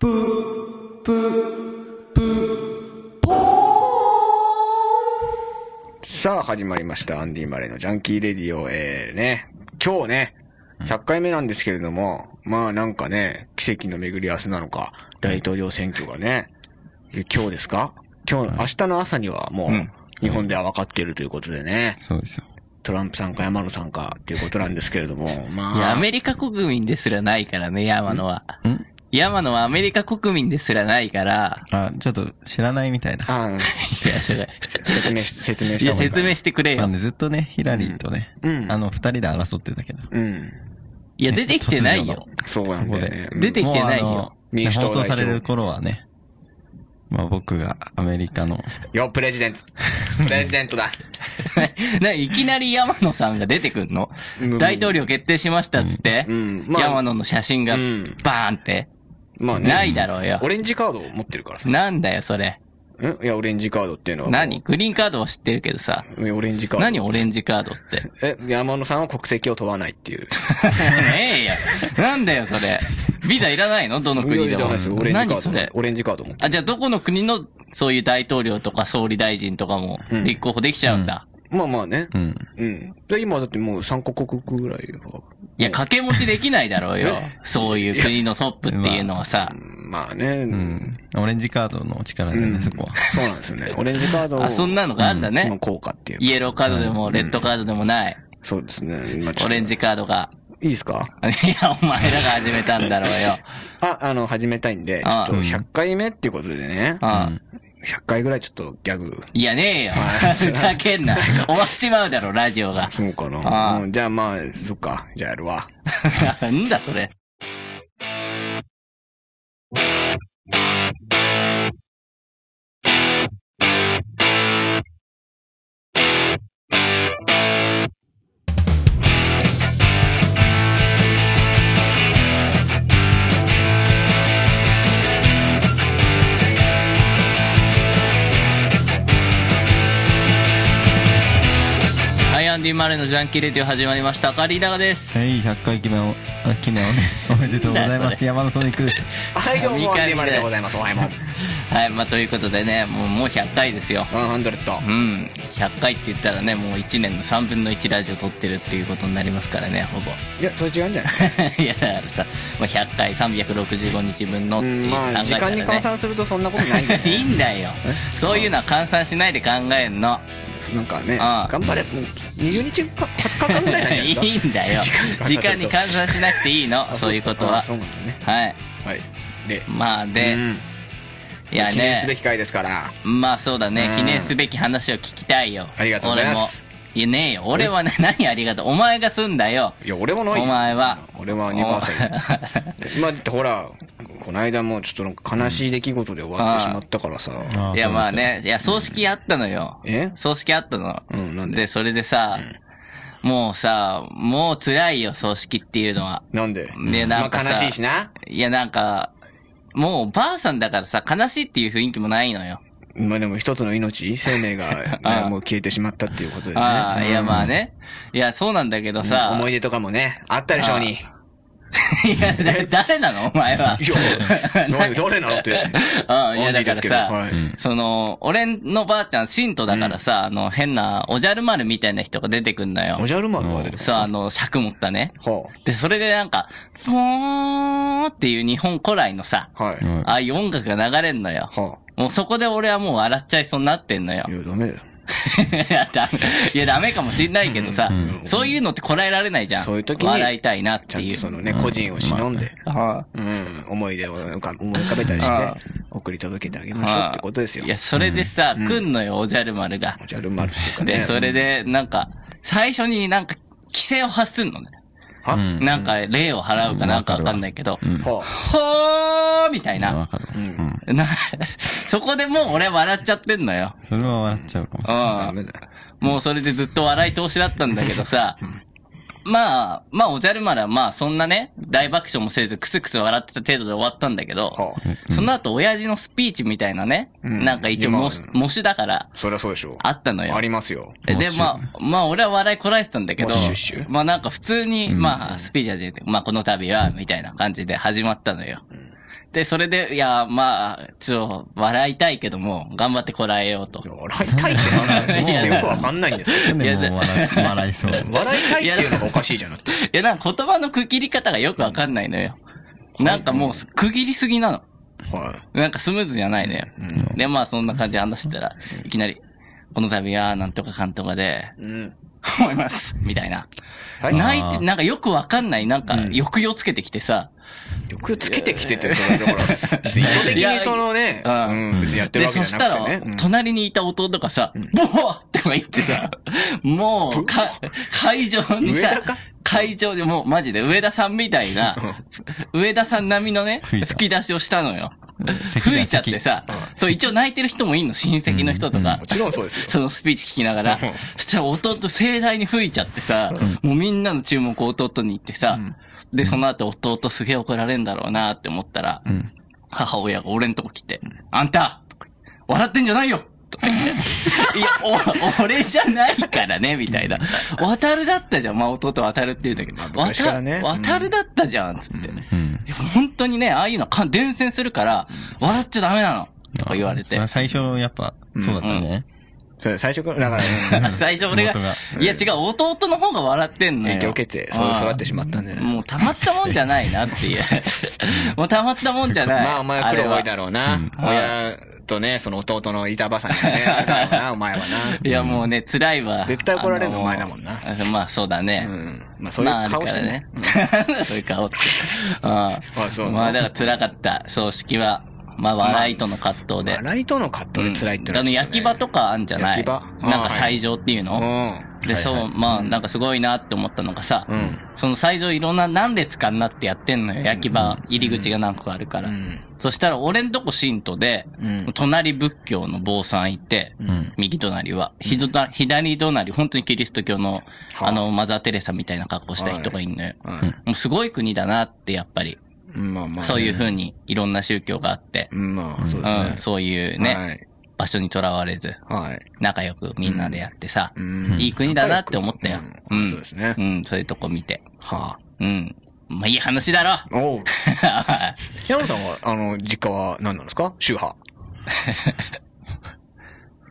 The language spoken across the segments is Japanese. ぷ、ぷ、ぷ、ぽーさあ、始まりました。アンディ・マレーのジャンキー・レディオ。えー、ね、今日ね、100回目なんですけれども、まあなんかね、奇跡の巡り合わせなのか、大統領選挙がね、え今日ですか今日、明日の朝にはもうんう、日本では分かっているということでね、そうですよ。トランプさんか山野さんかっていうことなんですけれど も、まあ。いや、アメリカ国民ですらないからね、山野は。ん山野はアメリカ国民ですらないから、あ、ちょっと知らないみたいだ。あーいや、それ説 明し、説明いしたや方がいいか説明してくれまあよ。ね、ずっとね、ヒラリーとね、うんあの、二人で争ってたけど。うん。いや、出てきてない突よ。そうなんだよね。こうん出てきてないよもうあの民主党代放表送される頃はね、まあ僕がアメリカの、よ、プレジデ ント。プレジデントだ。ないきなり山野さんが出てくんのうん大統領決定しましたっつって、うん。山野の写真がうんバーンって。まあね。ないだろうよオレンジカードを持ってるからさ。なんだよ、それ。んいや、オレンジカードっていうのは。何グリーンカードは知ってるけどさ。うんオレンジカード。何オレンジカードって。 ねえ、山野さんは国籍を問わないって いう。えや。なんだよ、それ。ビザいらないのどの国いやでもいやいやオレンジカード。何それ。オレンジカード持ってあ、じゃあどこの国の、そういう大統領とか総理大臣とかも、立候補できちゃうんだ。る。まあまあねう。ん。うん。で、今だってもう3カ国ぐらいは。いや、掛け持ちできないだろうよ。そういう国のトップっていうのはさ。まあね。うう。ん。オレンジカードの力でね、そこは。そうなんですよね。オレンジカードを あ、そんなのがあんだのね。効果っていうか。イエローカードでも、レッドカードでもない。そうですね。まあちょっとオレンジカードが。 いいですかいや、お前らが始めたんだろうよ。あ、あの、始めたいんで、ちょあっあと100回目っていうことでね、うん。 100回ぐらいちょっとギャグ、いや、ねえ よ。ふざけんな。終わっちまうだろ、ラジオが。そうかな。ああうんじゃあまあ、そっか、じゃあやるわ。なんだ、それ。はい、アンディ・マレーのジャンキーレディオ始まりました。カリーダガです。はい、100回記念を、あ記 念をね、おめでとうございなんまだそす。山のソニックです。はい、どう三も、上アンディマレでございます。おはようも。はい、まあ、ということでね、もう、もう100回ですよ。 100う。ん。100回って言ったらね、もう1年の3分の1ラジオ撮ってるっていうことになりますからね、ほぼ。 いや、それ違うんじゃないいや、だからさ、まあ、100回365日分のっう ていん、う考まえあ、時たら間に換ね。算するとそんなことないんだいいよね。んだよ。そういうのは換算しないで考えんの。なんかね、ああ頑張れ、もう20日か、20日間ぐらいなんいじゃ ないいですか。んだよ時間に換算する。と時間に換算しなくていいの、あそういうことあはそ。うなんだね。はい。はい。で、まあで、うんいや記念すべね、き回ですから。まあそうだねう、ん記念すべき話を聞きたいよ。ありがとうございます俺も。いやねえよ、俺はね、何ありがとう。お前がすんだよ。いや、俺もないよお前は俺は2番 線。まあ、だってほら、この間もちょっとなんか悲しい出来事で終わってしまったからさ。あ いや、そうですまあね、いや、葬式あったのよ。え葬式あったの。うんなんでそれでさ、もうさ、もう辛いよ、葬式っていうのは。なんでねなんかさまあ悲しいしな。いや、なんか、もうばあさんだからさ、悲しいっていう雰囲気もないのよ。まあでも一つの命、生命が、 ああねもう消えてしまったっていうことでね。ああ、いや、まあね。いや、そうなんだけどさあ。さ。思い出とかもね、あったでしょうに。いや、だ誰なのお前 は。いや、誰、誰なのって。ああ、 いや、だでかすらけどさ、はいその、俺のばあちゃん、信徒だからさ、あの、変な、おじゃる丸みたいな人が出てくんのよお。じゃる丸まで。そう、あの、尺持ったね。はで、それでなんか、ふーっていう日本古来のさ、あ。はい。うんああいう音楽が流れんのよ。はもうそこで俺はもう笑っちゃいそうになってんのよあ。い。や、ダメだよ。 いや、ダメいや、ダメかもしんないけどさ、そういうのってこらえられないじゃん。そういう時に笑いたいなっちゃてんいとう。そのね、個人を忍んで。あうん、思い出を浮か思い浮かべたりしああて、送り届けてあげましょうあってことですよ。いや、それでさ、来んのよ、おじゃる丸がお。じゃる丸とかね。で、それで、なんか、最初になんか、規制を発すんのね。は、うんなんか、礼を払うかなんかわかんないけど、はほーみたいわな。かるわ。な、 そこでもう俺笑っちゃってんのよ。それは笑っちゃうかもしうれあ、ダん。メだよ。もうそれでずっと笑い通しだったんだけどさ、まあ、まあ、おじゃる丸はまあ、そんなね、大爆笑もせず、クスクス笑ってた程度で終わったんだけどは、あ、その後、親父のスピーチみたいなね、んなんか一応模試、模試だから、そりゃそうでしょう。あったのよあ。りますよ。で、まあ、まあ、俺は笑いこらえてたんだけどもうシュッシュ、まあなんか普通に、まあ、スピーチ始めて、まあこの度は、みたいな感じで始まったのよ。で、それで、いや、まあ、ちょ、笑いたいけども、頑張ってこらえようと。笑いたいって 話ちょっとよくわかんないんですけど。なんでもいう笑い笑い そう。笑いたいっていうのがおかしいじゃなくて。いや、なんか言葉の区切り方がよくわかんないのよ。なんかもう、区切りすぎなの。はなんかスムーズじゃないのい。よ。うん。で、まあ、そんな感じで話してたら、いきなり、この度は、なんとかかんとかで、 うん。思います、みたいな。はい。泣あいて、ーなんかよくわかんない、なんか、抑揚つけてきてさ、欲をつけてきてて、それだから、別に意図的にそのね、いやううん、別にやってるで、わけそじしゃたなくらてね。うん、隣にいた弟がさ、ボワって言っ てさ、もう、か、会場に上田さか、会場でもうマジで上田さんみたいな、上田さん並みのね、吹いた吹き出しをしたのよ。咳吹いちゃってさ、そう一応泣いてる人もいんの、親戚の人とかも。ちろんそうですよ。 そのスピーチ聞きながらうん、そしたら弟盛大に吹いちゃってさ、もうみんなの注目を弟に行ってさ、で、その後弟すげえ怒られんだろうなって思ったら、母親が俺んとこ来て、あんたとか言って笑ってんじゃないよとか言っていや、お、 俺じゃないからね、みたいな。渡るだったじゃん。まあ、弟渡るって言うんだけど。昔からね渡うん渡るだったじゃん、つって。うん。いや本当にね、ああいうのか伝染するから、笑っちゃダメなの。とか言われて。最初、やっぱ、そうだったね。そう最初から、だから、あ最初俺が妹が、いや違う、弟の方が笑ってんのよ。影響受けてそうああ育ってしまったんじゃないもうたまったもんじゃないなって いう。もうたまったもんじゃない。まあお前は苦労多いだろうな。あれ親とね、その弟の板挟みがね、あるだろうな、お前はな。いやもうね、辛いわ。絶対怒られるのあーお前だもんな。あまあそうだね。うん。まあそういまああうる顔かしてらねね。。 そういう 顔って。ああそうまあだから辛かった、葬式は。まあ笑いとの葛藤で。笑いとの葛藤で辛いってうんあはのちょっ焼き場とかあんじゃない焼き場なんあかー斎場っていうの、ねで、そう、まあ、なんかすごいなって思ったのがさ、うん。うん。その最上いろんな何列かになってやってんのよ。焼き場、入り口が何個かあるから。うんそしたら俺んとこ信徒で、うん隣仏教の坊さんいて、ん右隣は、ひどた左隣、本当にキリスト教の、はああの、マザー・テレサみたいな格好した人がいんのよ。はいもうすごい国だなって、やっぱり。うん。まあまあね。そういう風にいろんな宗教があって、うん。まあ、そうですうねん、。そういうね、はい。場所にとらわれず、はい。仲良くみんなでやってさ、うんいい国だなって思ったよ。ううんん。そうですねうん、そういうとこ見て。はうん。まあ、いい話だろあ。おう。平野さんは、あの、実家は何なんですか宗派。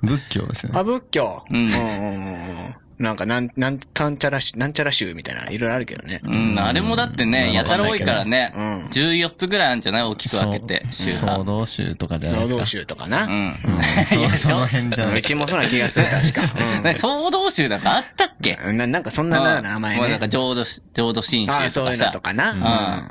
仏教ですね。あ、仏教。うんうんうんうん。なんか、なん、なん、なんちゃらし、なんちゃら宗みたいな、いろいろあるけどね。うん、あれもだってね、やたら多いからね、うん14つぐらいあるんじゃない大きく分けて、宗総派。道宗とかじゃない労で働す宗か。とかうな。ん。 そうその辺じゃなういですちもそうな気がする、確ね総道宗なんかあったっけ か。うんななんか、そんなな名前もうね。なんか浄土し、浄土真あ宗あ、とそうかいうのさ。とかな。うん。う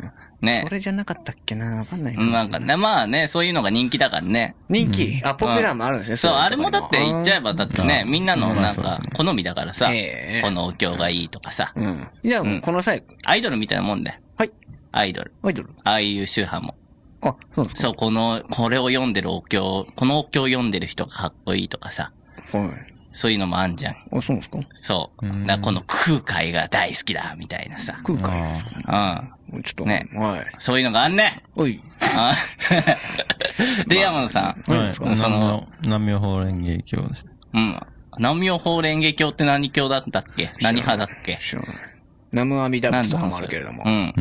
ん。ねそ。れじゃなかったっけなわかんないうんなんかね、まあね、そういうのが人気だからね。人気、あ、ポピュラーもあるんですね。そう、いあとれこもだって言っちゃえば、だってね、みんなのなんまあか、好みだからさ、ええこのお経がいいとかさ、うん。じゃあ、もうこの際、アイドルみたいなもんで、はい。アイドル。アイドル。ああいう宗派も。あ、そうなんですそう、この、これを読んでるお経、このお経を読んでる人がかっこいいとかさ、かはい。そういうのもあんじゃん。あ、そうなんですかそう。うんなこの空海が大好きだ、みたいなさ。空海。あうん。ちょっと、ねはい。そういうのがあんねおい。あで、山野さん。あ。はい。うんその南無法蓮華経です。うん。南無法蓮華経って何経だったっけ何派だっけ知らない。南無阿弥陀何仏度とか話もあするけれどもう。ん。うん。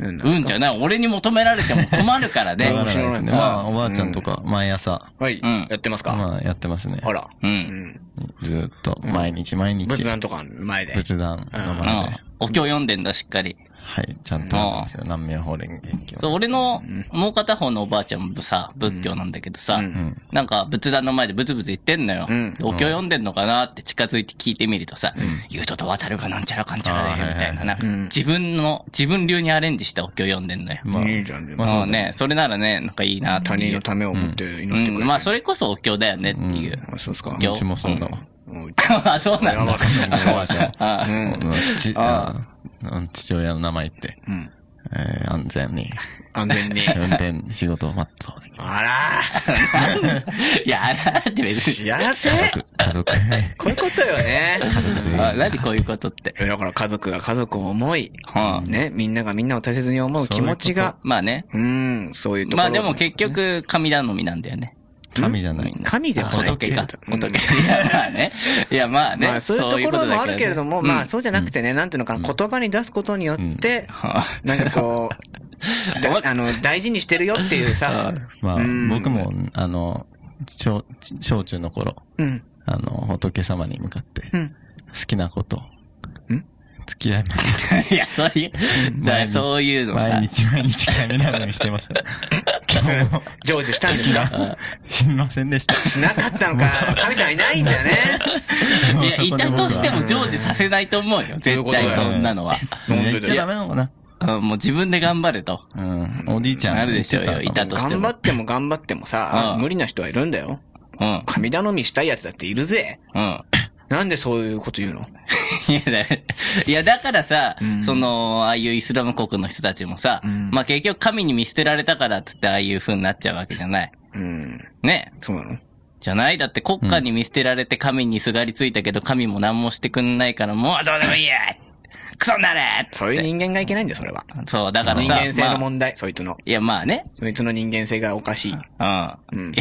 うんうんじゃない。俺に求められても困るからだかね。らですね。うんまあ、おばあちゃんとか、毎朝、はいうん。やってますかまあ、やってますね。ほら。う。うんん。ずーっと、毎日毎日。仏壇とかの前で。仏壇のう前んで。。お経読んでんだ、しっかり。はい。ちゃんとやってますよ。南無法蓮華経。そう、俺の、もう片方のおばあちゃんもさ、仏教なんだけどさ、んなんか仏壇の前でブツブツ言ってんのよ。うんお経読んでんのかなって近づいて聞いてみるとさ、ゆうとと渡るがなんちゃらかんちゃらだよ、みあたいな。ーはいはいはいなんかうん自分の、自分流にアレンジしたお経読んでんのよ。まあ、いいじゃん。でもまあもうね、それならね、なんかいいなって他い人う。のためを思って祈ってくれうるん、まあそれこそお経だよねっていう。あそうですか。経うちもそうだわ。うん あ、そ うなんだ。おばあちゃん。あうんうん父、あうん父親の名前言って、うん。えー安全に、安全 に。運転、仕事を全うできる。あ らいや、あらって別に。幸せ家族、家族、こういうことよ ね。あ、何こういうことって。だから家族が家族を思い、うんね、みんながみんなを大切に思う気持ちが、まあね。うん、そういうとこまろ。あでも結局、神頼みなんだよね。神じゃないみん。神ではないあ仏かけ。ど仏。いや、まあね。いや、まあね。まあそういうところもあるけれども、まあそうじゃなくてね、なんていうのかな、言葉に出すことによって、うなんかこ う、だあの、大事にしてるよっていうさ、 まあうん、僕も、あの、小、小中の頃、うん、あの、仏様に向かって、うん。好きなこと、ん付き合いまし ん。いや、そういう、だからそういうた。のさ毎。日毎日神頼みしてました。今日も、成就したんです かすみませんでした。しなかったのか、神様いないんだよね。 いや、いたとしても成就させないと思うよ。そういう絶ことだ対よそんなのは。本当だよ言っちゃダメなのかなうんもう自分で頑張れと。うん。おじいちゃん。なるでしょうよ。いたとして頑も張。っても頑張ってもさう、ん無理な人はいるんだよ。うん。神頼みしたいやつだっているぜ。うん。 なんでそういうこと言うのいやだ、いやだからさ、んその、ああいうイスラム国の人たちもさ、うんまあ結局神に見捨てられたからっつってああいう風になっちゃうわけじゃない。うん。ね。そうなのじゃないだって国家に見捨てられて神にすがりついたけど神も何もしてくんないからもうどうでもいいやクソになれってそういう人間がいけないんだよ、それは。そう、だから人さ、間性のまあ問題、そいつの。いやまあね。そいつの人間性がおかしい。ううん ん。い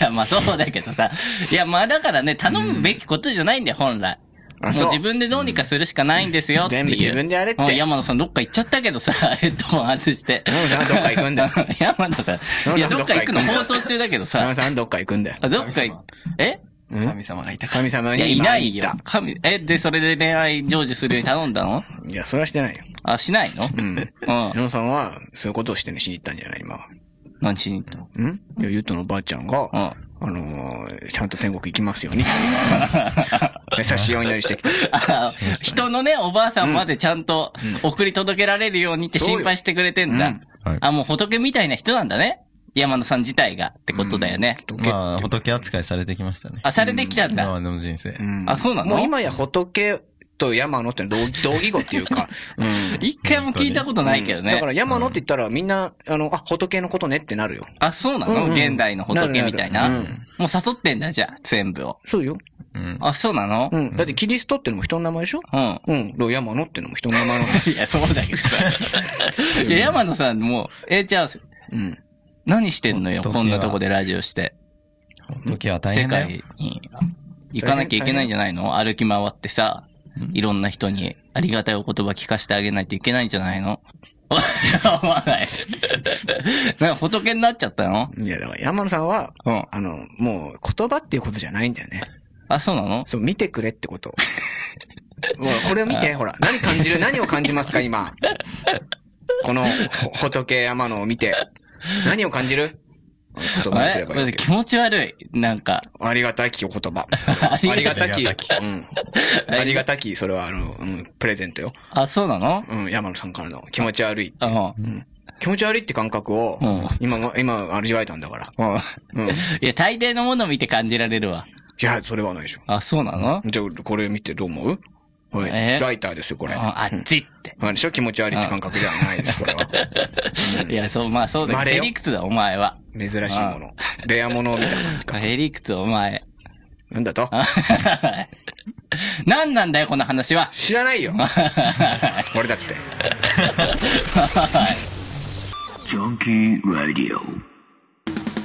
や、まあそうだけどさ。いや、まあだからね、頼むべきことじゃないんだよ、本来。もあうそう自分でどうにかするしかないんですよってい全う。部自分でやれってもう山野さんどっか行っちゃったけどさ、 ヘッドホン外して。山野さんどっか行くんだよ。 山野さん。いや、どっか行くの放送中だけど田さ中。さんどっか行くんだ よ。あどっか行く、え神様がいたから。神様いや、にい今ない言っよた。。神、え、で、それで恋愛成就するように頼んだのいや、それはしてないよ。あ、しないのうん。うん。矢野さんは、そういうことをしてね、しに行ったんじゃない今は。何しに行ったのんいや、ゆうとのばあちゃんが、うんあのー、ちゃんと天国行きますように。優しいお祈りしてきた。あ人のね、おばあさんまでちゃんと送り届けられるようにって心配してくれてんだ。うんはいあ、もう仏みたいな人なんだね。山野さん自体がってことだよね。まあ、仏扱いされてきましたね。あ、されてきたん今だ。までの人生。んあそうなのもう今や仏と山野ってのは同同義語っていうか、うん。一回も聞いたことないけどだからね。山野って言ったらみんな、あの、あ、仏のことねってなるよ。あ、そうなうんうのん現代の仏みたいなな。るもなうる誘ってんだ、じゃあ、全部を。そうよ。うん。あ、そうなのうん。だってキリストってのも人の名前でしょうん。うん。だから山野ってのも人の名前なの。いや、そうだけどさ。 いや、山野さんもう、え、じゃあ、うん。何してんのよ、仏はこんなとこでラジオして。仏は大世変だよ。界に行かなきゃいけないんじゃないの歩き回ってさ、いろんな人にありがたいお言葉聞かせてあげないといけないんじゃないの 思わ ない。なんか仏になっちゃったのいや、だから山野さんは、うん。あの、もう言葉っていうことじゃないんだよね。あ、そうなのそう、見てくれって こと。もうこれを見て、ほら。何感じる何を感じますか、今。この、ほ仏山野を見て。何を感じる言葉にあすれれこばいれい。気持ち悪い。なんか、ありがたきお言 葉。ありありががたたいき。うん。ありがたき、それは、あの、うん、プレゼントよ。あ、そうなのうん、山野さんからの気持ち悪い。うん。気持ち悪いって感覚をうん、今も、今、味わえたんだから。うんうん。いいや、大抵のもの見て感じられるわ。や、それはないでしょ。あ、そうなのじゃあ、これ見てどう思うはい。えライターですよ、こうんれ。あっちって。まあでしょ気持ち悪いって感覚ではないです、これ は。いや、そう、まあそうだまけれど、よヘリクツだ、お前は。珍しいもの。レアものみたいな。ヘリクツ、お前。なんだと何なんだよ、この話は。知ら ないよ。俺だって。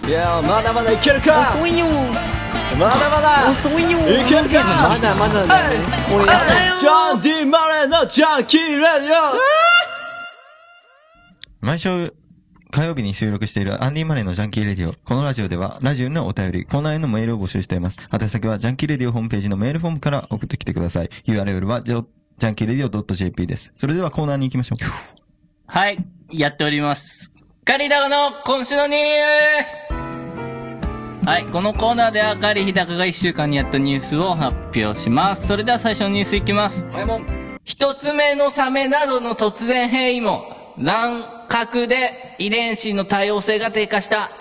いやーまだまだいけるか遅いよまだまだ遅いよいけるかまだまだだよね俺あジャンディ・マレーのジャンキー・レディ毎週火曜日に収録しているアンディマレーのジャンキーレディオ。このラジオではラジオのお便り、コーナーへのメールを募集しています。宛先はジャンキーレディオホームページのメールフォームから送ってきてください。URL はジョジャンキーレディオ .jp です。それではコーナーに行きましょう。はい、やっております。カリダの今週のニュースはい、このコーナーではカリヒダカが一週間にやったニュースを発表します。それでは最初のニュースいきます。一つ目のサメなどの突然変異も、乱獲で遺伝子の多様性が低下した。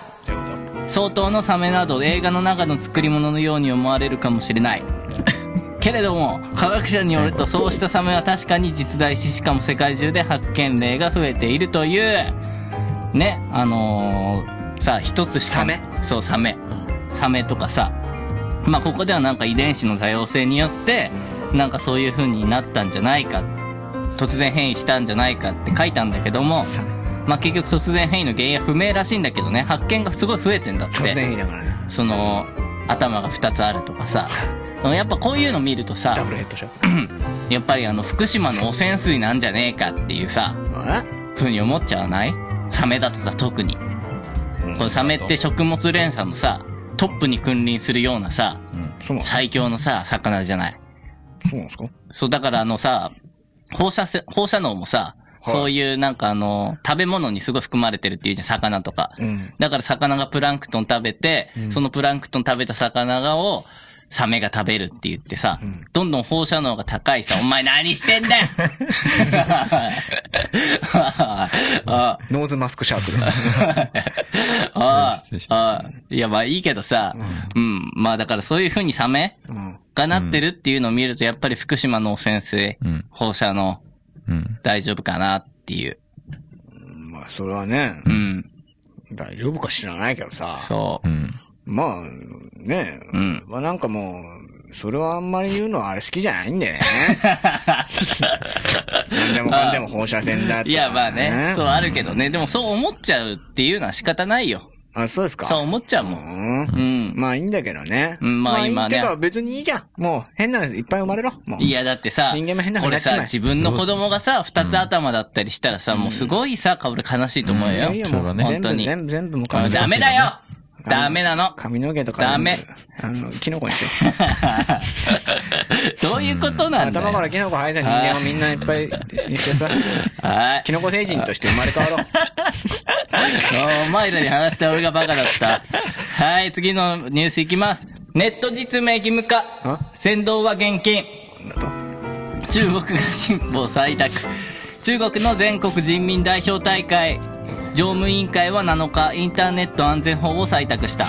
相当のサメなど映画の中の作り物のように思われるかもしれない。けれども、科学者によるとそうしたサメは確かに実在し、しかも世界中で発見例が増えているという、ね、あのーさあ、一つしか、サメそう、サメ。サメとかさ、まあ、ここではなんか遺伝子の多様性によって、なんかそういう風になったんじゃないか、突然変異したんじゃないかって書いたんだけども、まあ、結局突然変異の原因は不明らしいんだけどね、発見がすごい増えてんだって。突然いいだからね。その、頭が2つあるとかさ、やっぱこういうの見るとさダ、ブルヘッドじゃん。やっぱりあの、福島の汚染水なんじゃねえかっていうさ、ふうに思っちゃわないサメだとさ、特に。このサメって食物連鎖のさ、トップに君臨するようなさ、そうなん最強のさ、魚じゃない。そうなんですかそう、だからあのさ、放射せ、放射能もさ、そういうなんかあの、食べ物にすごい含まれてるっていうじゃん、魚とか。うん。だから魚がプランクトン食べて、そのプランクトン食べた魚を、サメが食べるって言ってさ、どんどん放射能が高いさ、お前何してんだよあノーズマスクシャークです。 あ、あ失礼しあ、いやまあいいけどさ、うん、まあだからそういう風にサメうん。がなってるっていうのを見ると、やっぱり福島の先生、うん放射能うん。大丈夫かなっていう。まあ、それはね、うん、大丈夫か知らないけどさ。そうん。まあ、ねえ。うんまあなんかもう、それはあんまり言うのはあれ好きじゃないん でね。何でもかんでも放射線だって、う。いやまあね、そうあるけどね、でもそう思っちゃうっていうのは仕方ないよ。あ、そうですか。そう思っちゃうもうん。んうん。まあいいんだけどね。うんまあいい今ねてか別にいいじゃん。もう変なのいっぱい生まれろ。もう。いや、だってさ、人間も変なこ風になっちれまえさ、自分の子供がさ、二つ頭だったりしたらさ、もうすごいさ、かぶれ悲しいと思ういよ。やいやそもうだうね全本当部に全部全部もううんダメだよダメなの髪の毛とか。ダメあの、キノコに して。どういうことなんだよ頭からキノコ生えた人間をみんないっぱいにしてさ、はい キ。ノコ星人として生まれ変わろう。お前らに話して俺がバカだった。 はい、次のニュースいきます。ネット実名義務化。先導は現金。 中国が新法採択。中国の全国人民代表大会。常務委員会は7日、インターネット安全法を採択した。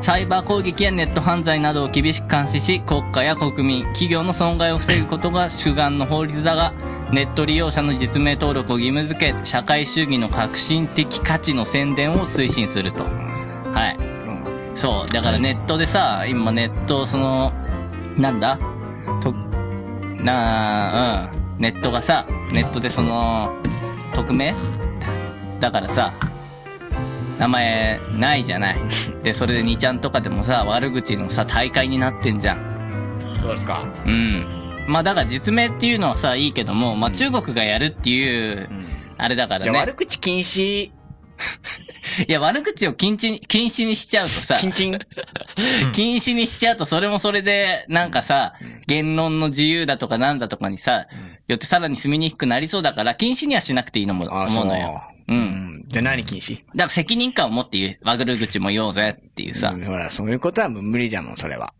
サイバー攻撃やネット犯罪などを厳しく監視し、国家や国民、企業の損害を防ぐことが主眼の法律だが、ネット利用者の実名登録を義務付け、社会主義の革新的価値の宣伝を推進すると。はい。そう。だからネットでさ、今ネット、その、なんだと、なあ、うん。ネットがさ、ネットでその、匿名だからさ、名前ないじゃない。 で、それで2ちゃんとかでもさ、悪口のさ、大会になってんじゃん。そうですか。うん。まあだから実名っていうのはさ、いいけども、まあ中国がやるっていう、あれだからじゃあ悪ね。口禁止、いや、悪口を禁止に、 禁止にしちゃうとさ、禁止。禁止にしちゃうと、それもそれで、なんかさ、言論の自由だとかなんだとかにさ、よってさらに住みにくくなりそうだから、禁止にはしなくていいのも、あ思うのよ。うう。んん。じゃあ何禁止だから責任感を持って言う、わぐる口も言おうぜっていうさう。んほら、そういうことはもう無理じゃもん、それは。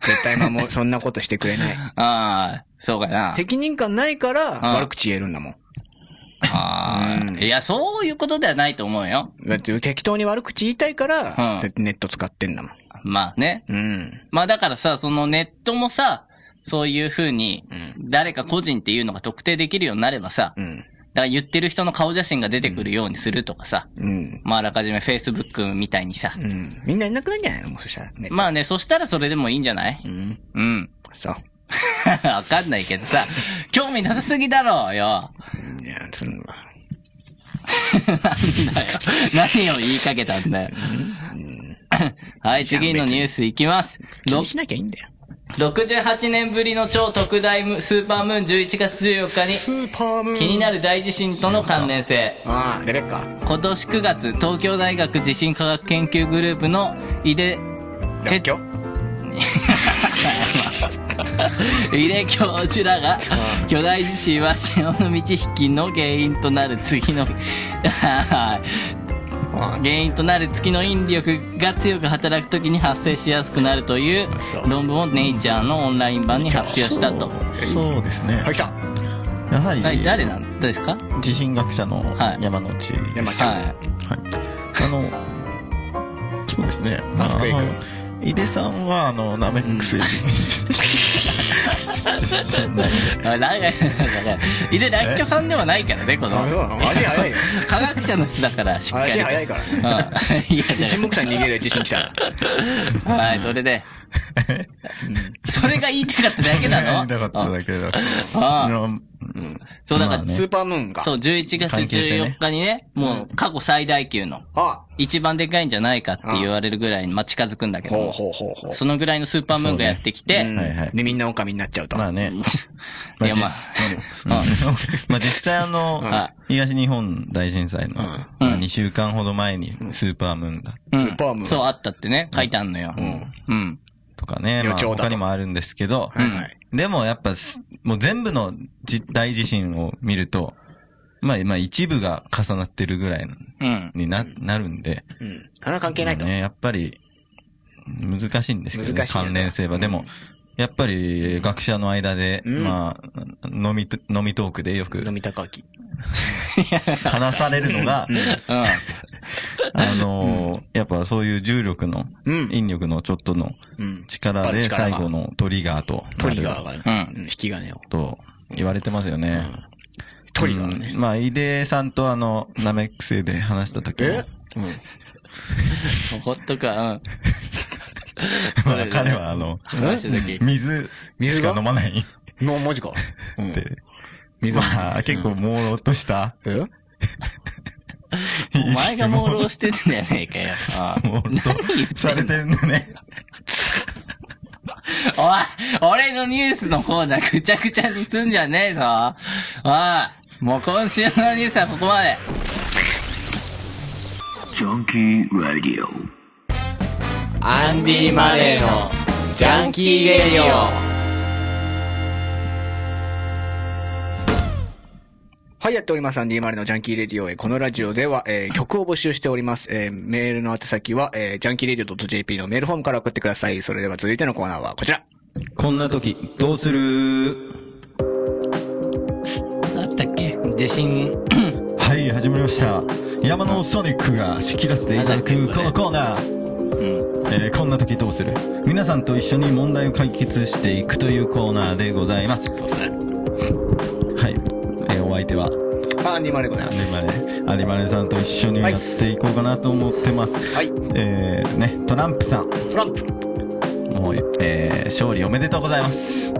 絶対守る、そんなことしてくれ ない。ああ、そうかな。責任感ないから、悪口言えるんだもん。ああ、うんいや、そういうことではないと思うよ。だって適当に悪口言いたいから、んだってネット使ってんだもん。まあね。うん。まあだからさ、そのネットもさ、そういう風に、誰か個人っていうのが特定できるようになればさ、うだかん。ら言ってる人の顔写真が出てくるようにするとかさ、うん。まああらかじめ Facebook みたいにさ。うん。みんないなくなるんじゃないのもうそしたらね。まあね、そしたらそれでもいいんじゃないうん。うん。 そう。わかんないけどさ、興味なさすぎだろうよ。いや、その、なんだよ。何を言いかけたんだよ。はい、次のニュースいきます。気ろにしなきゃいいんだよ。 68年ぶりの超特大ムスーパームーン11月14日ーパームに気になる大地震との関連性。ああ、出れっか。今年9月、東京大学地震科学研究グループの井出哲教井出教授らが、巨大地震は潮の満ち引きの原因となる次の、 原因となる月の引力が強く働くときに発生しやすくなるという論文をネイチャーのオンライン版に発表したと。そうですねは。い、来た。やはり、はい、誰なんですか地震学者のはい山之内。山ちゃん。ははい。あの、そうですね。マスクへ行くあの井出さんは、あの、ナメック星人。 知らない い。あら井出らっきょさんではないからね、この。あそうなの足早いよ。科学者の人だから、しっかりと。足早いからね。うん。いや、だ一目散に逃げる自信来たら。からはい、それで。それが言いたかっただけなの 言いたかっただけだ。あああのそう、だから、まあねスーパームーンが。そう、11月関係性ね14日にね、もう過去最大級の、あ一番でかいんじゃないかって言われるぐらいに、まあ、近づくんだけどほうも、ほうほうほう。そのぐらいのスーパームーンがやってきて、うんはいはいで、みんな狼になっちゃうと。まあね。いや、まあ、まあ実際あのは、東日本大震災のうん2週間ほど前にスーパームーンだうんスーパームーンそう、あったってね、書いてあんのよ。うん。うん。とかね、まあ予兆だと他にもあるんですけど、うんでもやっぱす、もう全部のじ大地震を見ると、まあまあ一部が重なってるぐらいうん。にな、なるんで、うん。それは関係ないと。ね、やっぱり、難しいんですけどね、難しいよ関連性は。うんでも、やっぱり、学者の間で、うんまあ、飲みと、飲みトークでよく飲み高き。話されるのが、 うん。あのーやっぱそういう重力の、うん引力のちょっとのうん。力やでっぱり力最が後のトリガーと、トリガーが、ううんん。引き金を。と言われてますよね。トリガーうね。んまあ、井出さんとあの、ナメック星で話した時もえ、うん。ほっとくわ、まあ 彼はあの、うん。話した時。水し水かが飲まない の、文字か。うんって、水は。まあ、結構朦朧とした、えお前が朦朧してんだよねえかよ。朦うん朧何言っとさてれんのてるんだね。おい俺のニュースのコーナーぐちゃぐちゃにすんじゃねえぞおいもう今週のニュースはここまでアンディ・マレーのジャンキー・レディオはい、やっております。アンディマレのジャンキーレディオへ。このラジオでは、えー曲を募集しております。えーメールの宛先は、えー、ジャンキーレディオ .jp のメールフォームから送ってください。それでは続いてのコーナーはこちら。こんな時、どうするあったっけ地震。はい、始まりました。山のソニックが仕切らせていただくこのコーナー。うん。えーこんな時どうする皆さんと一緒に問題を解決していくというコーナーでございます。どうするはい。えーお相手は、あアンディマレでございアまニす。マレ、アニマレさんと一緒にやっていこうかなと思ってます。はい。えー、ね、トランプさん、トランプ。もう、えー、勝利おめでとうございます。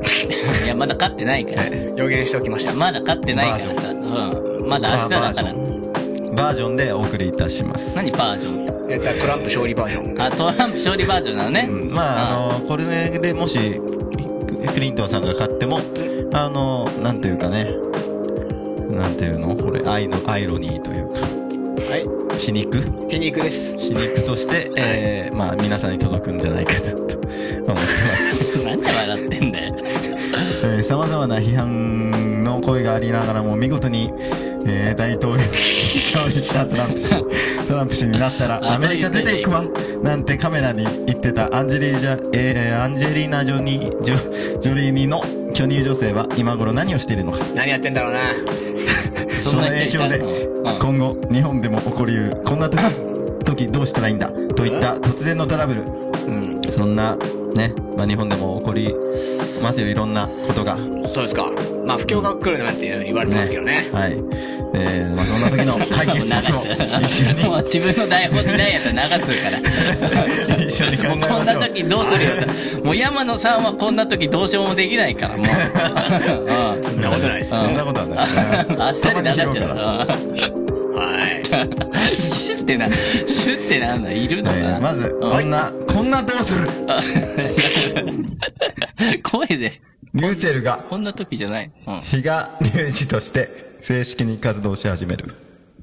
いや、まだ勝ってないから。予言しておきました。まだ勝ってないからさ。うん。まだ明日だから。バージョンでお送りいたします。何バージョンってえっと、トランプ勝利バージョン。あ、トランプ勝利バージョンなのね。まあ、あの、これでもし、クリントンさんが勝っても、あの、なんというかね、なんていうのこれ、愛の、アイロニーというか、は皮肉い。 皮肉です。皮肉として、えー、まあ、皆さんに届くんじゃないかなと思ってます。 なんで笑ってんだよ。えー、様々な批判の声がありながらも、見事に、えー、大統領に勝利したトランプ氏、トランプ氏になったら、あアメリカ出ていくわ、なんてカメラに言ってたアンジェリージャ、えー、アンジェリーナ・ジョニー、ジョ、ジョリーニの巨乳女性は今頃何をしているのか。何やってんだろうな。そそんのな人影いた響でうん、今後、日本でも起こり得る、こんな時、時どうしたらいいんだ、といった突然のトラブル。うん。そんな、ね、まあ、日本でも起こりますよ、いろんなことが。ね。そうですか。まあ、不況が来るなんていうふうに言われてますけどね。はい。えー、まあ、そんな時の解決策を一緒もうに、自分の台本にないやつは流すから。 一緒に考もえうましょう。こんな時どうするよ。もう山野さんはこんな時どうしようもできないから、 もう。そんなことないですよそんね。なことはない。うんあっさり流してたまたら。うんはい。シュってな、シュってなんだ、いるのかえな。ーまず、こんな、こんなどうする 声で。リューチェルが、こんな時じゃない。うん。比嘉隆二として、正式に活動し始める。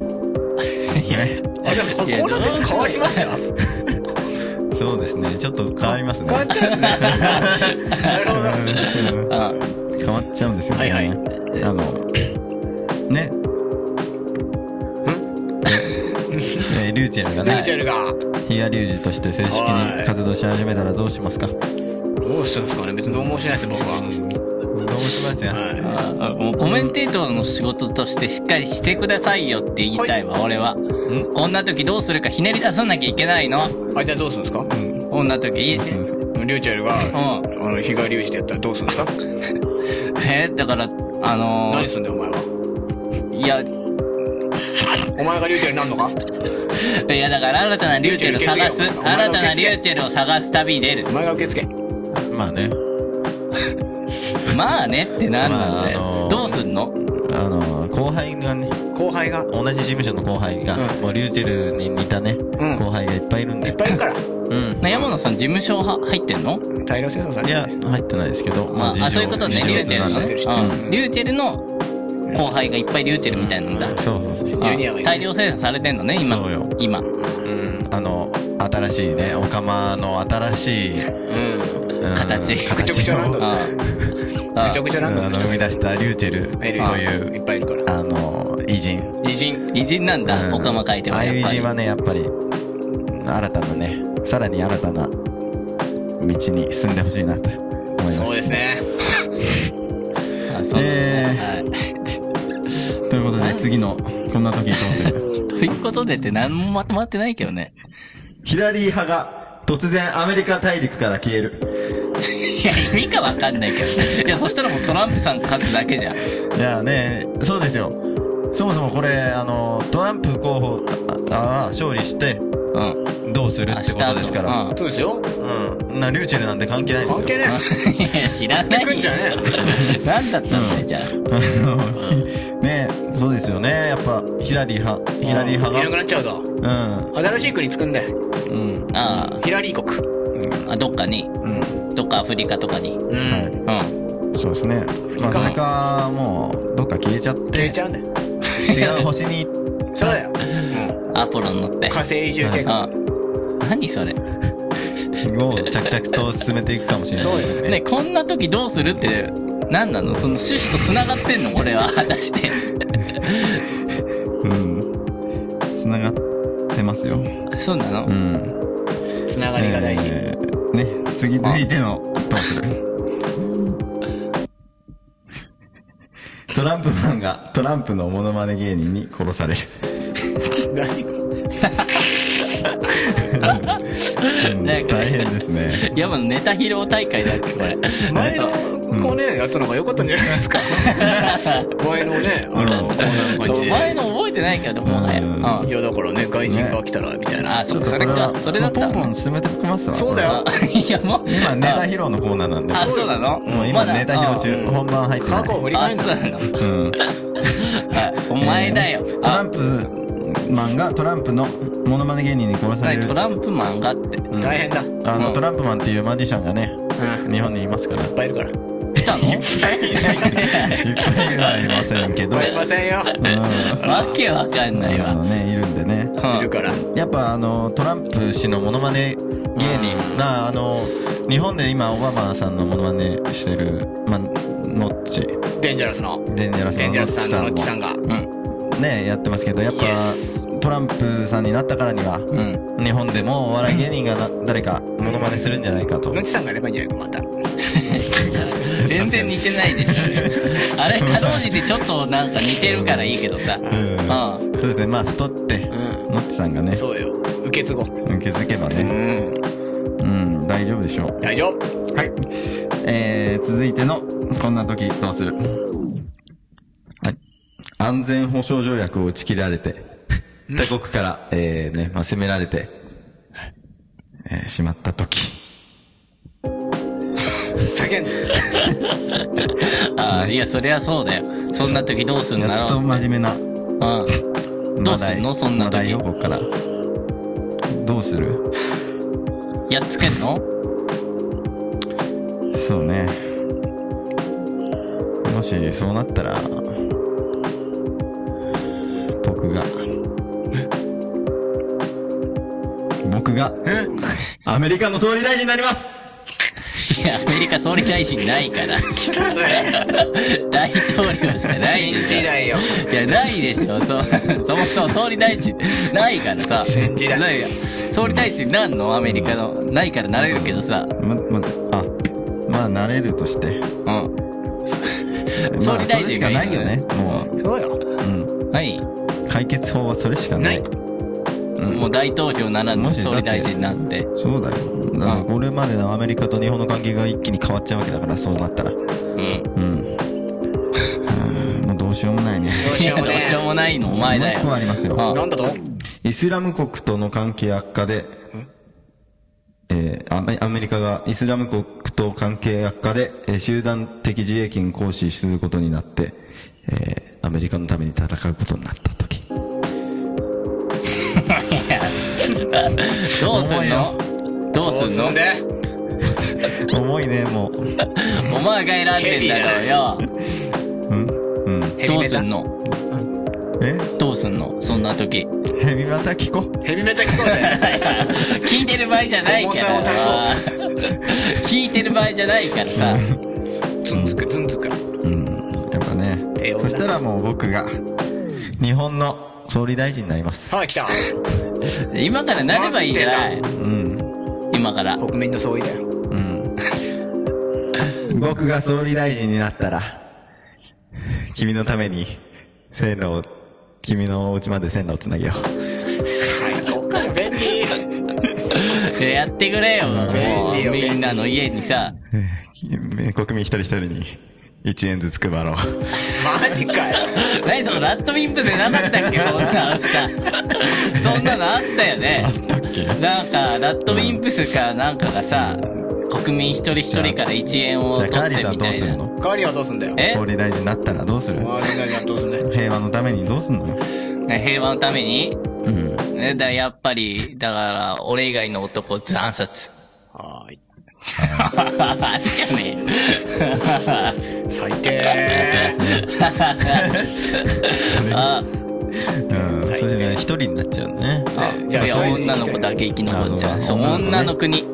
ねあ、でも、こいやこの人変わりましたよ。そうですね。ちょっと変わりますね。変わっちゃうんです ね。なるほど。うん変わっちゃうんですよね。はいはいあの、ね。え、 リューチェルがミューねチ、ェルが。ヒアリュウジとして正式に活動し始めたらどうしますかどどうするんですかね別にどうもしないです、僕は。うしますよ。はい。あもうコメンテーターの仕事としてしっかりしてくださいよって言いたいわ、俺は。こんな時どうするかひねり出さなきゃいけないの。あ、じゃあどうするんですかこんな時。リューチェルが、あの、日帰りジでやったらどうするんですかえーだから、あの何すんだよ、お前は。ー、いや、お前がリューチェルになんのかいやだから新たなリューチェルを探す。リューチェル受け継げよ新たなリューチェルを探す旅に出るお。前が受け付け。まあね。まあねってなんなんだよ。まああのーどうすんのあの、後輩がね、後輩が。同じ事務所の後輩が、もうリューチェルに似たね、ん後輩がいっぱいいるんいでっ。ぱいいるから。うん。な山野さん事務所は入ってんの大量生産されいてや、る。入ってないですけど、ま事情あ、あ、そういうことね。事情リューチェルのなんでね。うん。リューチェルの後輩がいっぱいリューチェルみたいなんだ。そうそうそうそう。あュニアがいる大量生産されてんのね、今そうよ。今。あの、新しいね、オカマの新しい、うん形ぐちょぐちょなんをだあ めちゃくちゃあランダムのな人生み出したリューチェルといるいいうっぱいいるから。あの偉人偉人。偉人なんうんだ、オカマ書いてあはあいう偉やっぱり人。はねやっぱり新たなねさらに新たな道に進んでほしいなと思いますそうですね。あそうなんだえはいということで次のこんな時どうするということでって何もまとまってないけどね。 ヒラリー派が突然アメリカ大陸から消えるいや、意味がわかんないけど。いや、そしたらもうトランプさん勝つだけじゃん。いやねそうですよそもそもこれあのトランプ候補が勝利してうん。どうする明って日こととですから、そうですよ。うん、なリューチェルなんて関係ないんです関よ係ねうん いや、知らないよ。くんじゃね何だったんだよ、じゃあ。あの ねそうですよね。やっぱ、ヒラリー派、ヒラリーえ。いなく派なっちゃうぞ。が。新しい国作んだよ。うん。うん。ああヒラリー国。あ、どっかに、どっかアフリカとかに。うん。はい。そうですね。まあ、それか、もう、どっか消えちゃって、消えちゃうんだよ。違う星に、そうだよ。アポロン乗って。火星移住計画。うん。何それ。を着々と進めていくかもしれない。そうよね、こんな時どうするって、何なのその趣旨と繋がってんの俺は、果 たして。うん。繋がってますよ。あそうなの、うん。つながりが大事。えーね、次、続いての、どうするトランプマンがトランプのモノマネ芸人に殺される。なんか大変ですね。やば、ネタ披露大会だっけ、これ。前の、こうね、やつの方が良かったんじゃないですか。前のね、あの、こんな感じで。前の覚えてないけど、もはや。ううんん。い や、だからね、外人が来たら、みたいな。あ、そっか、それか。それだったポンポンの。進めてきますわ。そうだよあいや、もう。今、ネタ披露のコーナーなんで。あ、そうなのもう今、ネタ披露中、本番入ってな過去を振い。りあ、返そるうなの。うん。はいお前だよえ。ートラあン、プマンがトランプのモノマネ芸人に殺され何る。トランプマンがって。うん大変だ。いっあの、うんトランプマンっていうマジシャンがね、日本にいますから。いっぱいいるから。来た のぱいはいませんけど。わかりませんよ。うわけわかんん。ないあわ。のね、いるんでね。いるから。うやっぱあの、トランプ氏のモノマネ芸人な、あの、日本で今、オバマさんのモノマネしてる、まあ、ノッチ、んデンジャラスの。デンジャラスデのンジャノラスさんのッノッチチささんんもが。うん。ね、やってますけど、やっぱ Yes、トランプさんになったからには、うん。うん。日本でもお笑い芸人がな誰かモノマネするんじゃないかと。ノッチさんがやればいいんじゃないか、また。全然似てないでし ょ。あれ、かろうじてちょっとなんか似てるからいいけどさ。うん。うそうですね、まあ、太って、うノッチさんがね、そうよ。受け継ごう。気づけばうね、ん。うん、大丈夫でしょう。大丈夫。はい。えー、続いての、こんな時どうするはい。安全保障条約を打ち切られて、他国から、えー、ね、まあ、攻められて、えー、しまった時。叫んで。ん。ああ、いや、そりゃそうだよ。そんな時どうすんだやっとろ真面目な、う。うん。どうすんのそんな話題時をここから。どうするやっつけんのそうね。もしそうなったら、僕が、僕が、アメリカの総理大臣になりますいや、アメリカ総理大臣ないから。 来たぜ。大統領しかないで新しょ時。代よ。いや、ないでしょ。そ、そもそも総理大臣、ないからさ。信じないいや。総理大臣なんのアメリカの。ないからなれるけどさ。ま、ま、あ、まあ、なれるとして。うん。ま総あ理大それし臣かがないいいよよねね。もう、そうよ。うん。はい。解決法はそれしかない。なもう大統領ならもぬしだっ総て理大臣なんて。そうだよ。だからうんこれまでのアメリカと日本の関係が一気に変わっちゃうわけだから、そうなったら。うん。うん。うんもうどうしようもないね。どういしよやうも どうねしようもないの、お前だよもう一。個ありますよ。あなんだとイスラム国との関係悪化で、えーアメアメリカがイスラム国と関係悪化で、えー集団的自衛権を行使することになって、えーアメリカのために戦うことになった時。どうすんのどうすんの重いね、もう。お前が選んでんだろうよ。うんうん。どうすんのえどうすんのそんな 時。ヘビまた聞こう。ヘビメタ聞こうぜ。聞いてる場合じゃないから重さ。聞いてる場合じゃないからさ。ズンズクズンズク。うん。やっぱね帝王。だそしたらもう僕が、日本の総理大臣になります。はい、来た。今からなればいいじゃないうん。今から。国民の総意だよ。僕が総理大臣になったら、君のために、線路を、君のお家まで線路をつなげよう。えやってくれよ、も便利よう。便利みんなの家にさ。えー国民一人一人に、1円ずつ配ろう。マジかよ。何そのラットウィンプでなかったっけそんなのさ。そんなのあったよね。だっけなんか、ラットウィンプスかなんかがさ、国民一人一人から1円を取じゃあカーリっーてさんみどたういするな。の代わりはどうすんだよ。え総理大臣になったらどうするマジかよ、どうすんだよ。平和のためにどうすんのよ。平和のためにうん。ねだからやっぱり、だから、俺以外の男を暗殺。 はーい。あれじゃね最低。え。 あ、うん。それじゃね、一人になっちゃうね。あじゃあいやそれで女の子だけ生き残っちゃあう。そそうう、だ女の国。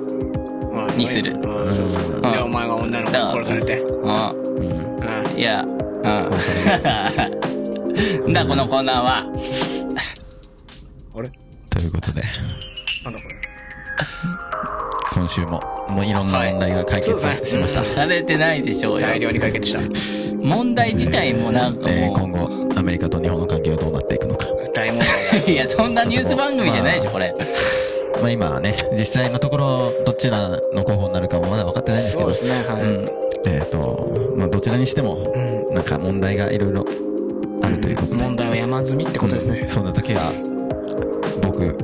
にするあーそうそうそう。んじゃあお前が女の子に殺されて。うううん。ん。ん。いや、 うん。なんだ、このコーナーは。ということで、なんだこれ。今週も、もういろんな問題が解決はいしました。されてないでしょうよ。大量に解決した。問題自体もなんかえー今も後、アメリカと日本の関係はどうなっていくのか。大問題だ。 う、いや、そんなニュース番組じゃないでしょ、これ。まあ今はね、 実際のところ、どちらの候補になるかもまだ分かってないんですけど、そうですねはいうんえっ、と、まあどちらにしても、なんか問題がいろいろあるということで、問題は山積みってことですね。そんな時は、僕、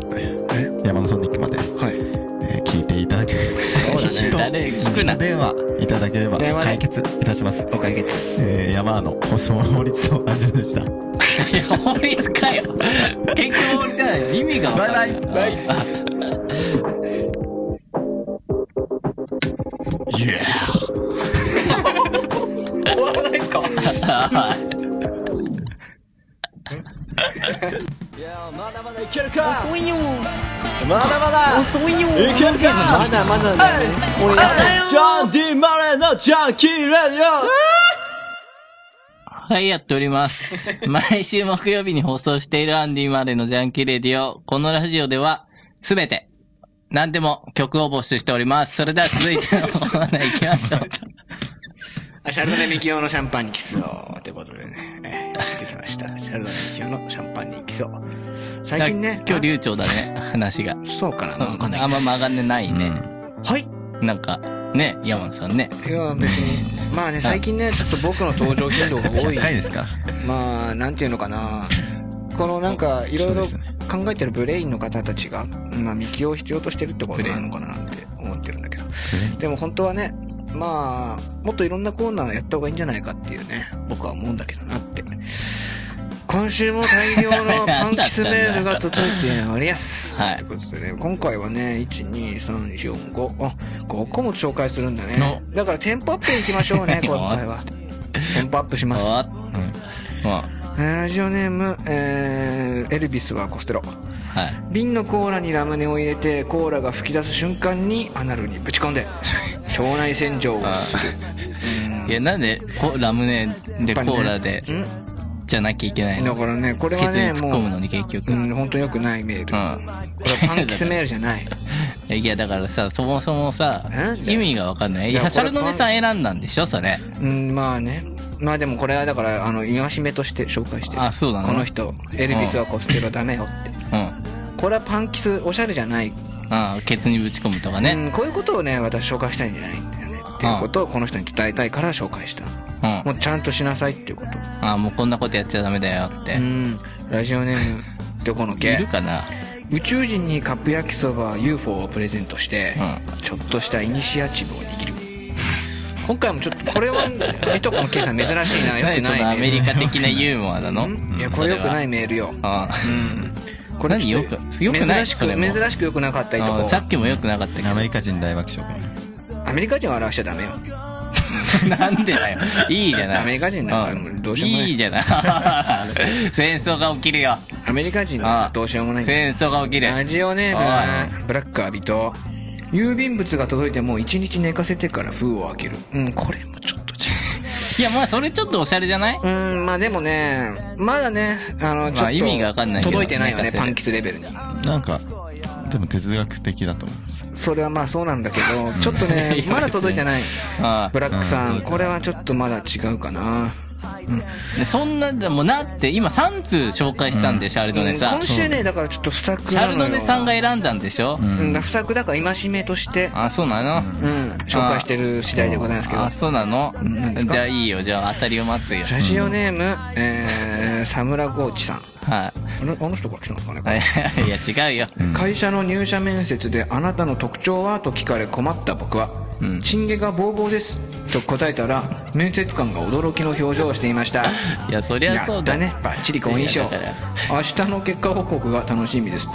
山のソニックまで、えー聞いていただける、そうだね誰聞くな人電話いただければ電話で解決いたします。お解決。えー、山の保証法律を安全でした。いや、法律か よ。結局法律じゃないよ。意味がわかんない。バイバイあ Yeah! 終わらないっすか いやまだまだいけるか遅いよまだまだ遅いよいけるかまだまだだよジャンディ・マレーのジャンキー・レディオはい、やっております。 毎週木曜日に放送しているアンディまでのジャンキーレディオ。このラジオでは、すべて、何でも曲を募集しております。それでは続いてのコーナー行きましょう。あシャルドネミキオのシャンパンにキスを。ということでね、えー、やってきました。シャルドネミキオのシャンパンにキスを。 最近ね、今日流暢だね、話が。あそうかな、なんかね。あんま曲がんねないね。はい。なんか、ね、山野さんね。いや、別に。まあね、最近ね、ちょっと僕の登場頻度が多い。高いですから。まあ、なんていうのかな。このなんか、いろいろ考えてるブレインの方たちが、まあ、ミキを必要としてるってことなのかななんて思ってるんだけど。でも本当はね、まあ、もっといろんなコーナーやった方がいいんじゃないかっていうね、僕は思うんだけどなって。今週も大 量のパンキスメールが届いております。はいということでね、今回はね、1、2、3、4、5、あ、5個も紹介するんだねの。だからテンポアップいきましょう ね、今回は。テンポアップします。あうん。はえーラジオネーム、えーエルビスはコステロい。瓶のコーラにラムネを入れてコーラが吹き出す瞬間にアナルにぶち込ん で腸内洗浄をするいや、なんで、こラムネでコーラで、んじゃなきゃいけないだのからねこれケはツにね突っ込むものに結局。う、ううん。ん、本当に良くないメール、これはパンキスメールじゃないいや、だからさ、そもそもさなん、で意味がわかんない。いいやこや、れシャルノネさん選んだんでしょそれ。うんまあねまあでもこれはだからあの戒めとして紹介してるあそうだねこの人エルビスはコステロダメよってうん。これはパンキスおしゃれじゃない、うん。ケツにぶち込むとかうね。ん、こういうことをね私紹介したいんじゃないんだよねっていうことをこの人に伝えたいから紹介したうん。もうちゃんとしなさいっていうことあ、もうこんなことやっちゃダメだよって う。んラジオネームどこのいけるかな宇宙人にカップ焼きそば UFO をプレゼントして、うちょっとしたイニシアチブを握る今回もちょっとこれは江とこのケイさん珍しいなよ 何くそないのアメメリーカ的なユーモアなの。ルいやこれよくないいメールよあうんこれ何ちょっとよくよくな珍いしそれもく珍しくよくなかったりとあさかっきも良くなかったけアメリカ人大爆笑。アメリカ人を表しちゃダメよど。なんでだよ。いいじゃない。アメリカ人なんかうんもうどうしようもないいじ ゃない。戦争が起きるよ。アメリカ人あはどうしようもないんだ戦争が起きる。ラジオネームブラックアビト郵便物が届いても一日寝かせてから封を開けるうんこれもちょっと違いや、まあ、それちょっとおしゃれじゃないううんまあでもねまだねあのちょっと意味がわかんないけど届いてないよ寝ねかせるパンキスレベルになんか、でも哲学的だと思います。それはまあそうなんだけどちょっ とねいやまだ届いてないあブラックさうんんこれはちょっとまだ違うかなあ。でそんな、でもなって、今3通紹介したんで、シャルドうネんさん今。週ねだからちょっと不作シなャのルよドネさんが選んだんでしょうん不作だから戒めとしてあ、そうなのうん紹介してる次第でございますけどあ、そうなの何ですかじゃあいいよ。じゃあ当たりを待つよ。ラジオネーム、えー、 サムラゴーチさんはあのあの人から来たんですかねこれ い。いや、違うよ。会社の入社面接であなたの特徴はと聞かれ困った僕は、うんチンゲがボーボーですと答えた ら面接官が驚きの表情をしていましたいや、そりゃそうだ。ねバッチリ好印象いやだか明日の結果報告が楽しみですこ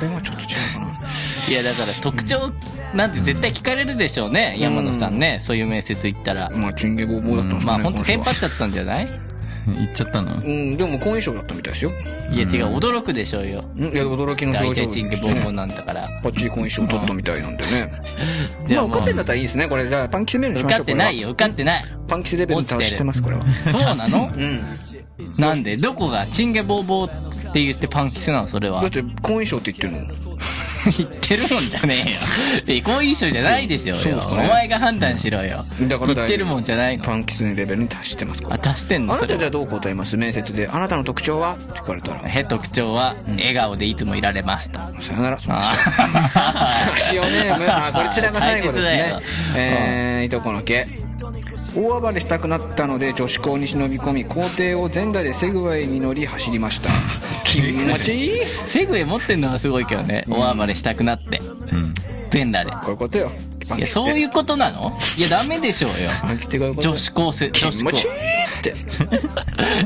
れはちょっと違うかないや、だから特徴なんて絶対聞かれるでしょうね。山野さんね。そういう面接行ったら。まあチンゲボーボーだったんですまかあ、ねほんとテンパっちゃったんじゃない言っちゃったのうんでも好印象だったみたいですよいや、違う。驚くでしょうよ。うんいや驚きの大表情で体チしンたゲねボンボンなんだから。バッチリ好印象を取ったみたいなんでね、 じゃまああもう受かってんだったらいいですねこれじゃあパンキスメールにし受ましょかうってないよよ。受かってない。パンキスレベルに達してますこれはそうなのうん なんでどこがチンゲボーボーって言ってパンキスなのそれ はだっ。て好印象って言ってるの言ってるもんじゃね えよ。好印象じゃないでしょうよ。お前が判断しろよ。だから大丈夫言ってるもんじゃないの。パンキスのレベルに達してますかあ、足してんあのなたそれじゃあは。どう答えます面接で。あなたの特徴はって聞かれ たら。へ、特徴は、笑顔でいつもいられますと。さよなら。あ ラジオネー ム、あ、こちらが最後ですね大切。だよえー、いとこの毛。大暴れしたくなったので女子校に忍び込み校庭を全裸でセグウェイに乗り走りま した気持ちいいセグウェイ持ってんのがすごいけどね。大暴れしたくなって。うん。全裸こういうことよで。いや、そういうことなのいや、ダメでしょうよ。パンキスがいうこと女子高生、女気子持高ちいいっ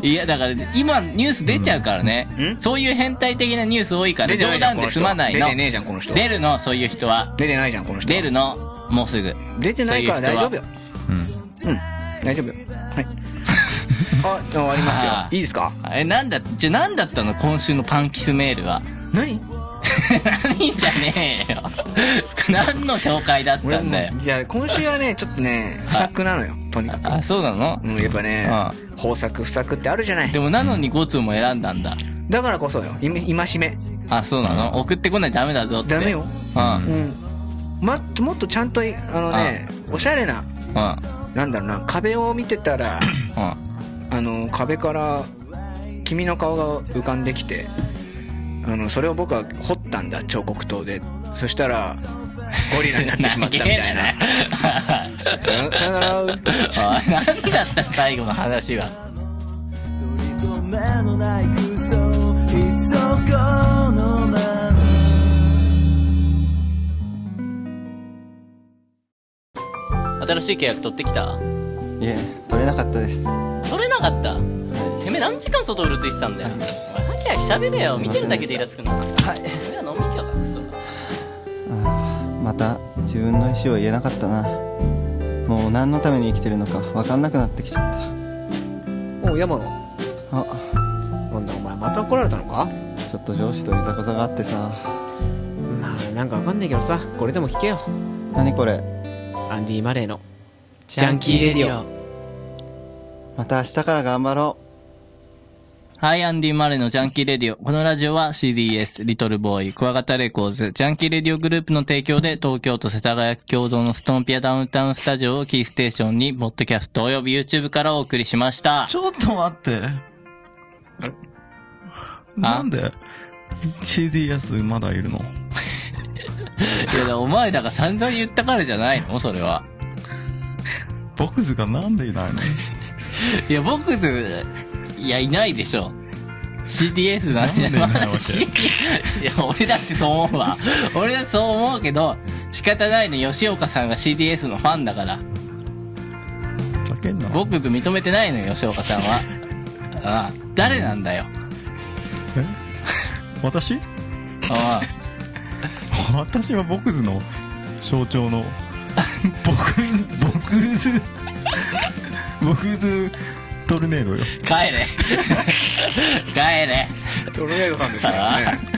て いや、だから、今、ニュース出ちゃうからね。そういう変態的なニュース多いから、出てな冗いじゃん談で済まないの。この人出てねえじゃんこの人出るの、そういう人は。出てないじゃんこの人出るの、もうすぐ。出てないから大丈夫ようん。うん大丈夫よはい あ終わりますよあーいいですかえ、なんだ、じゃ、なんだったの今週のパンキスメールは。 何何じゃねえよ。 何の紹介だったんだよ。いや、今週はね、ちょっとね、不作なのよ、とにかく。あ、そうなのうん、やっぱねあ、豊作不作ってあるじゃないで。も、なのに5通も選んだんだ。だからこそよ、い今しめ。あ、そうなの送ってこないとダメだぞって。ダメよ。うん。う。うんん。ま、もっとちゃんと、あのね、おしゃれな、うん。なんだろうな、壁を見てたら、うん。あの、壁から、君の顔が浮かんできて、あの、それを僕は彫ったんだ、彫刻刀で。そしたら、ゴリラになってしまったみたいな。さよさよなら。あ、なんだったの最後の話は。と目のない空想いっそこのまま新しい契約取ってきたいえ取れなかったですは取れなかったいてめえ何時間外うろついてたんだよおいハキハキ喋れよすいませ見んてるだけでイラつくなはい俺は飲み行きゃクソあーまた自分の意思を言えなかったなもう何のために生きてるのか分かんなくなってきちゃっおう、山野。たあなんだお前、また怒られたのかちょっと上司といざこざがあってさまあなんかわかんないけどさこれでも聞けよ何これアンディ・マレーのジャンキーレディオまた明日から頑張ろはい、アンディ・マレーのジャンキーレディオ。このラジオは CDS、リトルボーイ、クワガタレコーズ、ジャンキーレディオグループの提供で東京都世田谷区共同のストンピアダウンタウンスタジオをキーステーションに、ポッドキャスト及び YouTube からお送りしました。ちょっと待って。なんで ?CDS まだいるのいやだ、お前だが散々言ったからじゃないのそれは。ボクズがなんでいないのいや、僕ず、いや、いないでしょ。 CTS なんじゃ ないなんでだよ CTS いや俺だってそう思うわ俺だってそう思うけど仕方ないね吉岡さんが CTS のファンだからふざけんな。ボックス認めてないのよ吉岡さんはああ誰なんだよ 私あ私はボクズの象徴 のボクズボクズボクズトルネードよあ帰れ 帰れトルネードさんですから ね。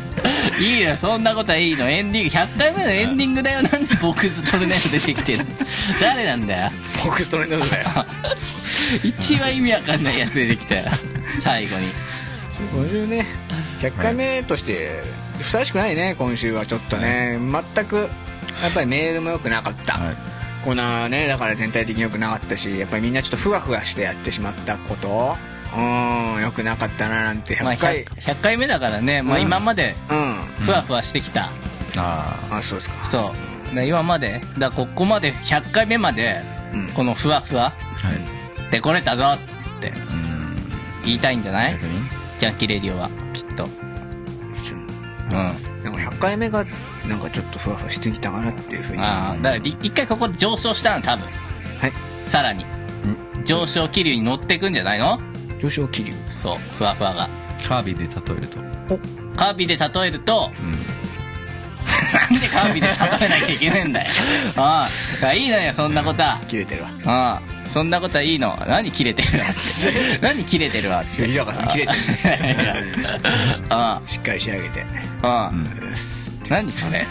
いいよ、そんなことはいいの。エンディング、100回目のエンディングだよ。なんでボックストルネード出てきてるの誰なんだよ。ボックストレンドだよ。一番意味わかんないやつ出てきたよ。最後に。そういうね100回目として、ふさわしくないね、今週はちょっとね。全く、やっぱりメールも良くなかった。はいコーナーね、だから全体的に良くなかったし、やっぱりみんなちょっとふわふわしてやってしまったこと、うーん、良くなかったななんてまあ100 100、回。 100回目だからね、まあうん今まで、うん。ふわふわしてきた。ああ、そうですか。そう。だから今まで、だからここまで、100回目まで、うんこのふわふわあはいでこれたぞってうん言いたいんじゃない逆にジャンキーレディオは、きっと。うん。でも100回目が、なんかちょっとふわふわしてきたかなっていうふうに。ああ、だからり一回ここで上昇したの、多分。はい。さらに。上昇気流に乗っていくんじゃないの上昇気流。そう、ふわふわが。カービィで例えるとカービィで例えると、なんでカービィで例えなきゃいけないんだよ。ああ、いいのよ、そんなことは。切れてるわ。ああ、そんなことはいいの。何切れて るわって。何切れて るわって。日高さん切れてる。あ しっかり仕上げて。あ、ああ、ん何それ。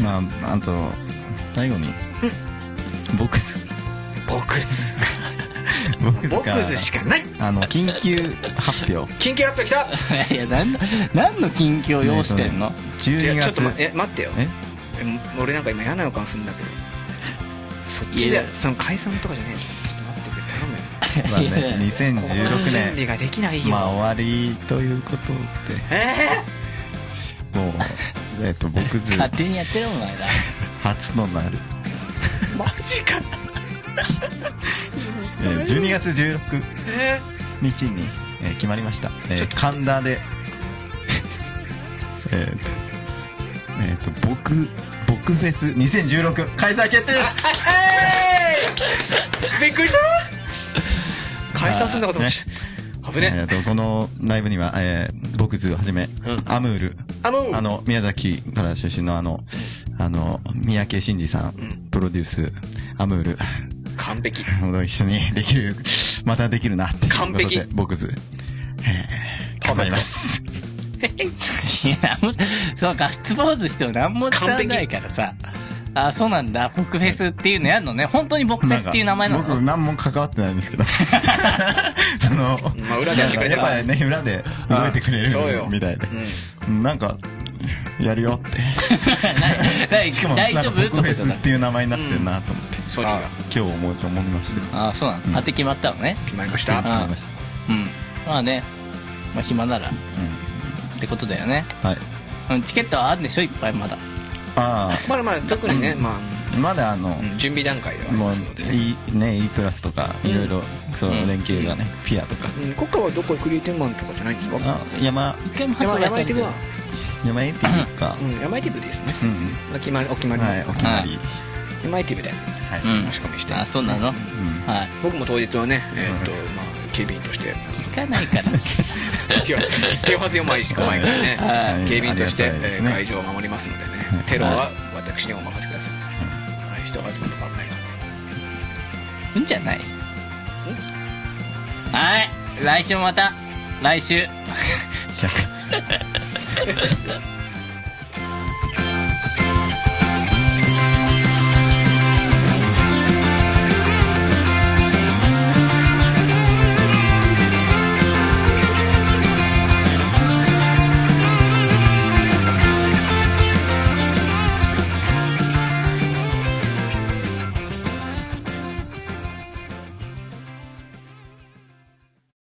まあ、あと、最後に、ボックス、ボクズ。ボックスボクか、ズしかないあの、緊急発表。緊急発表来たいや、なんの、何の緊急を要してんの、い12や、ちょっと、月ま、え、待ってよ。ええも俺なんか今嫌な予感するんだけど。そっちいやで、その解散とかじゃねえのちょっと待ってくれ、頼むよ。まあね、心の準2016備年、ができないよ。まあ終わりということで、えも う、えっと、ボックス勝手にやってるもんないだ。初となる。ー、マジか。 えー12月16え日に、えー決まりました、えー神 田でえっとえっ、と僕僕フェス2016開催決定ー、びっくりした解散すんだかと思っちゃった。危えねーとこのライブには、えー、ボクズをはじめ、アムールあのあの宮崎から出身のあのあの三宅伸二さんプロデュースアムール完璧。一緒に できるまたできるなっていうこと完で璧僕ズ、えー頑張りますいや、なんも、そう、ガッツポーズしても何も伝わらないからさ。あ、そうなんだ。ボックフェスっていうのやんのね。本当にボックフェスっていう名前なの僕何も関わってないんです けどその、まあ裏でやってくれてるやっぱりね裏で動いてくれそうよるみたいで、なんかやるよって 大しかも大丈夫なんかとか僕フェ言ってスたっていう名前になってるなと思って、ソニーが今日思うと思いまして、あ、そうなの。当て決まったのね。決まりました。思いましうん。まあね。まあ暇なら。ってことだよね。たはいうんチケットはあるんでしょいっぱいまだ。あまだまだ特にね、まああまだあの、うん、準備段階ではありもますのでうね。いいね E プラスとかいろいろそううん連携がね、ピアとかうん国家はどこクリエイティブマンとかじゃないんですかあ山一回も発山売山さイれてティブないは、山エピかう、ん、山イティブですね。うんお決まり、お決うまんり。はいお決まり、山イティブで。はいう申し込みしてん。あ、そうなの、んはい。僕も当日はね、えっ、と、まあ、警備員として。聞かない から。いや、言ってますよ、毎日、毎回ね。はい警備員として、ありがたいえですーね会場を守りますのでね。テロは私にお任せください。はい、人が集まったばっかりなんでうんじゃないはい来週もまた来週100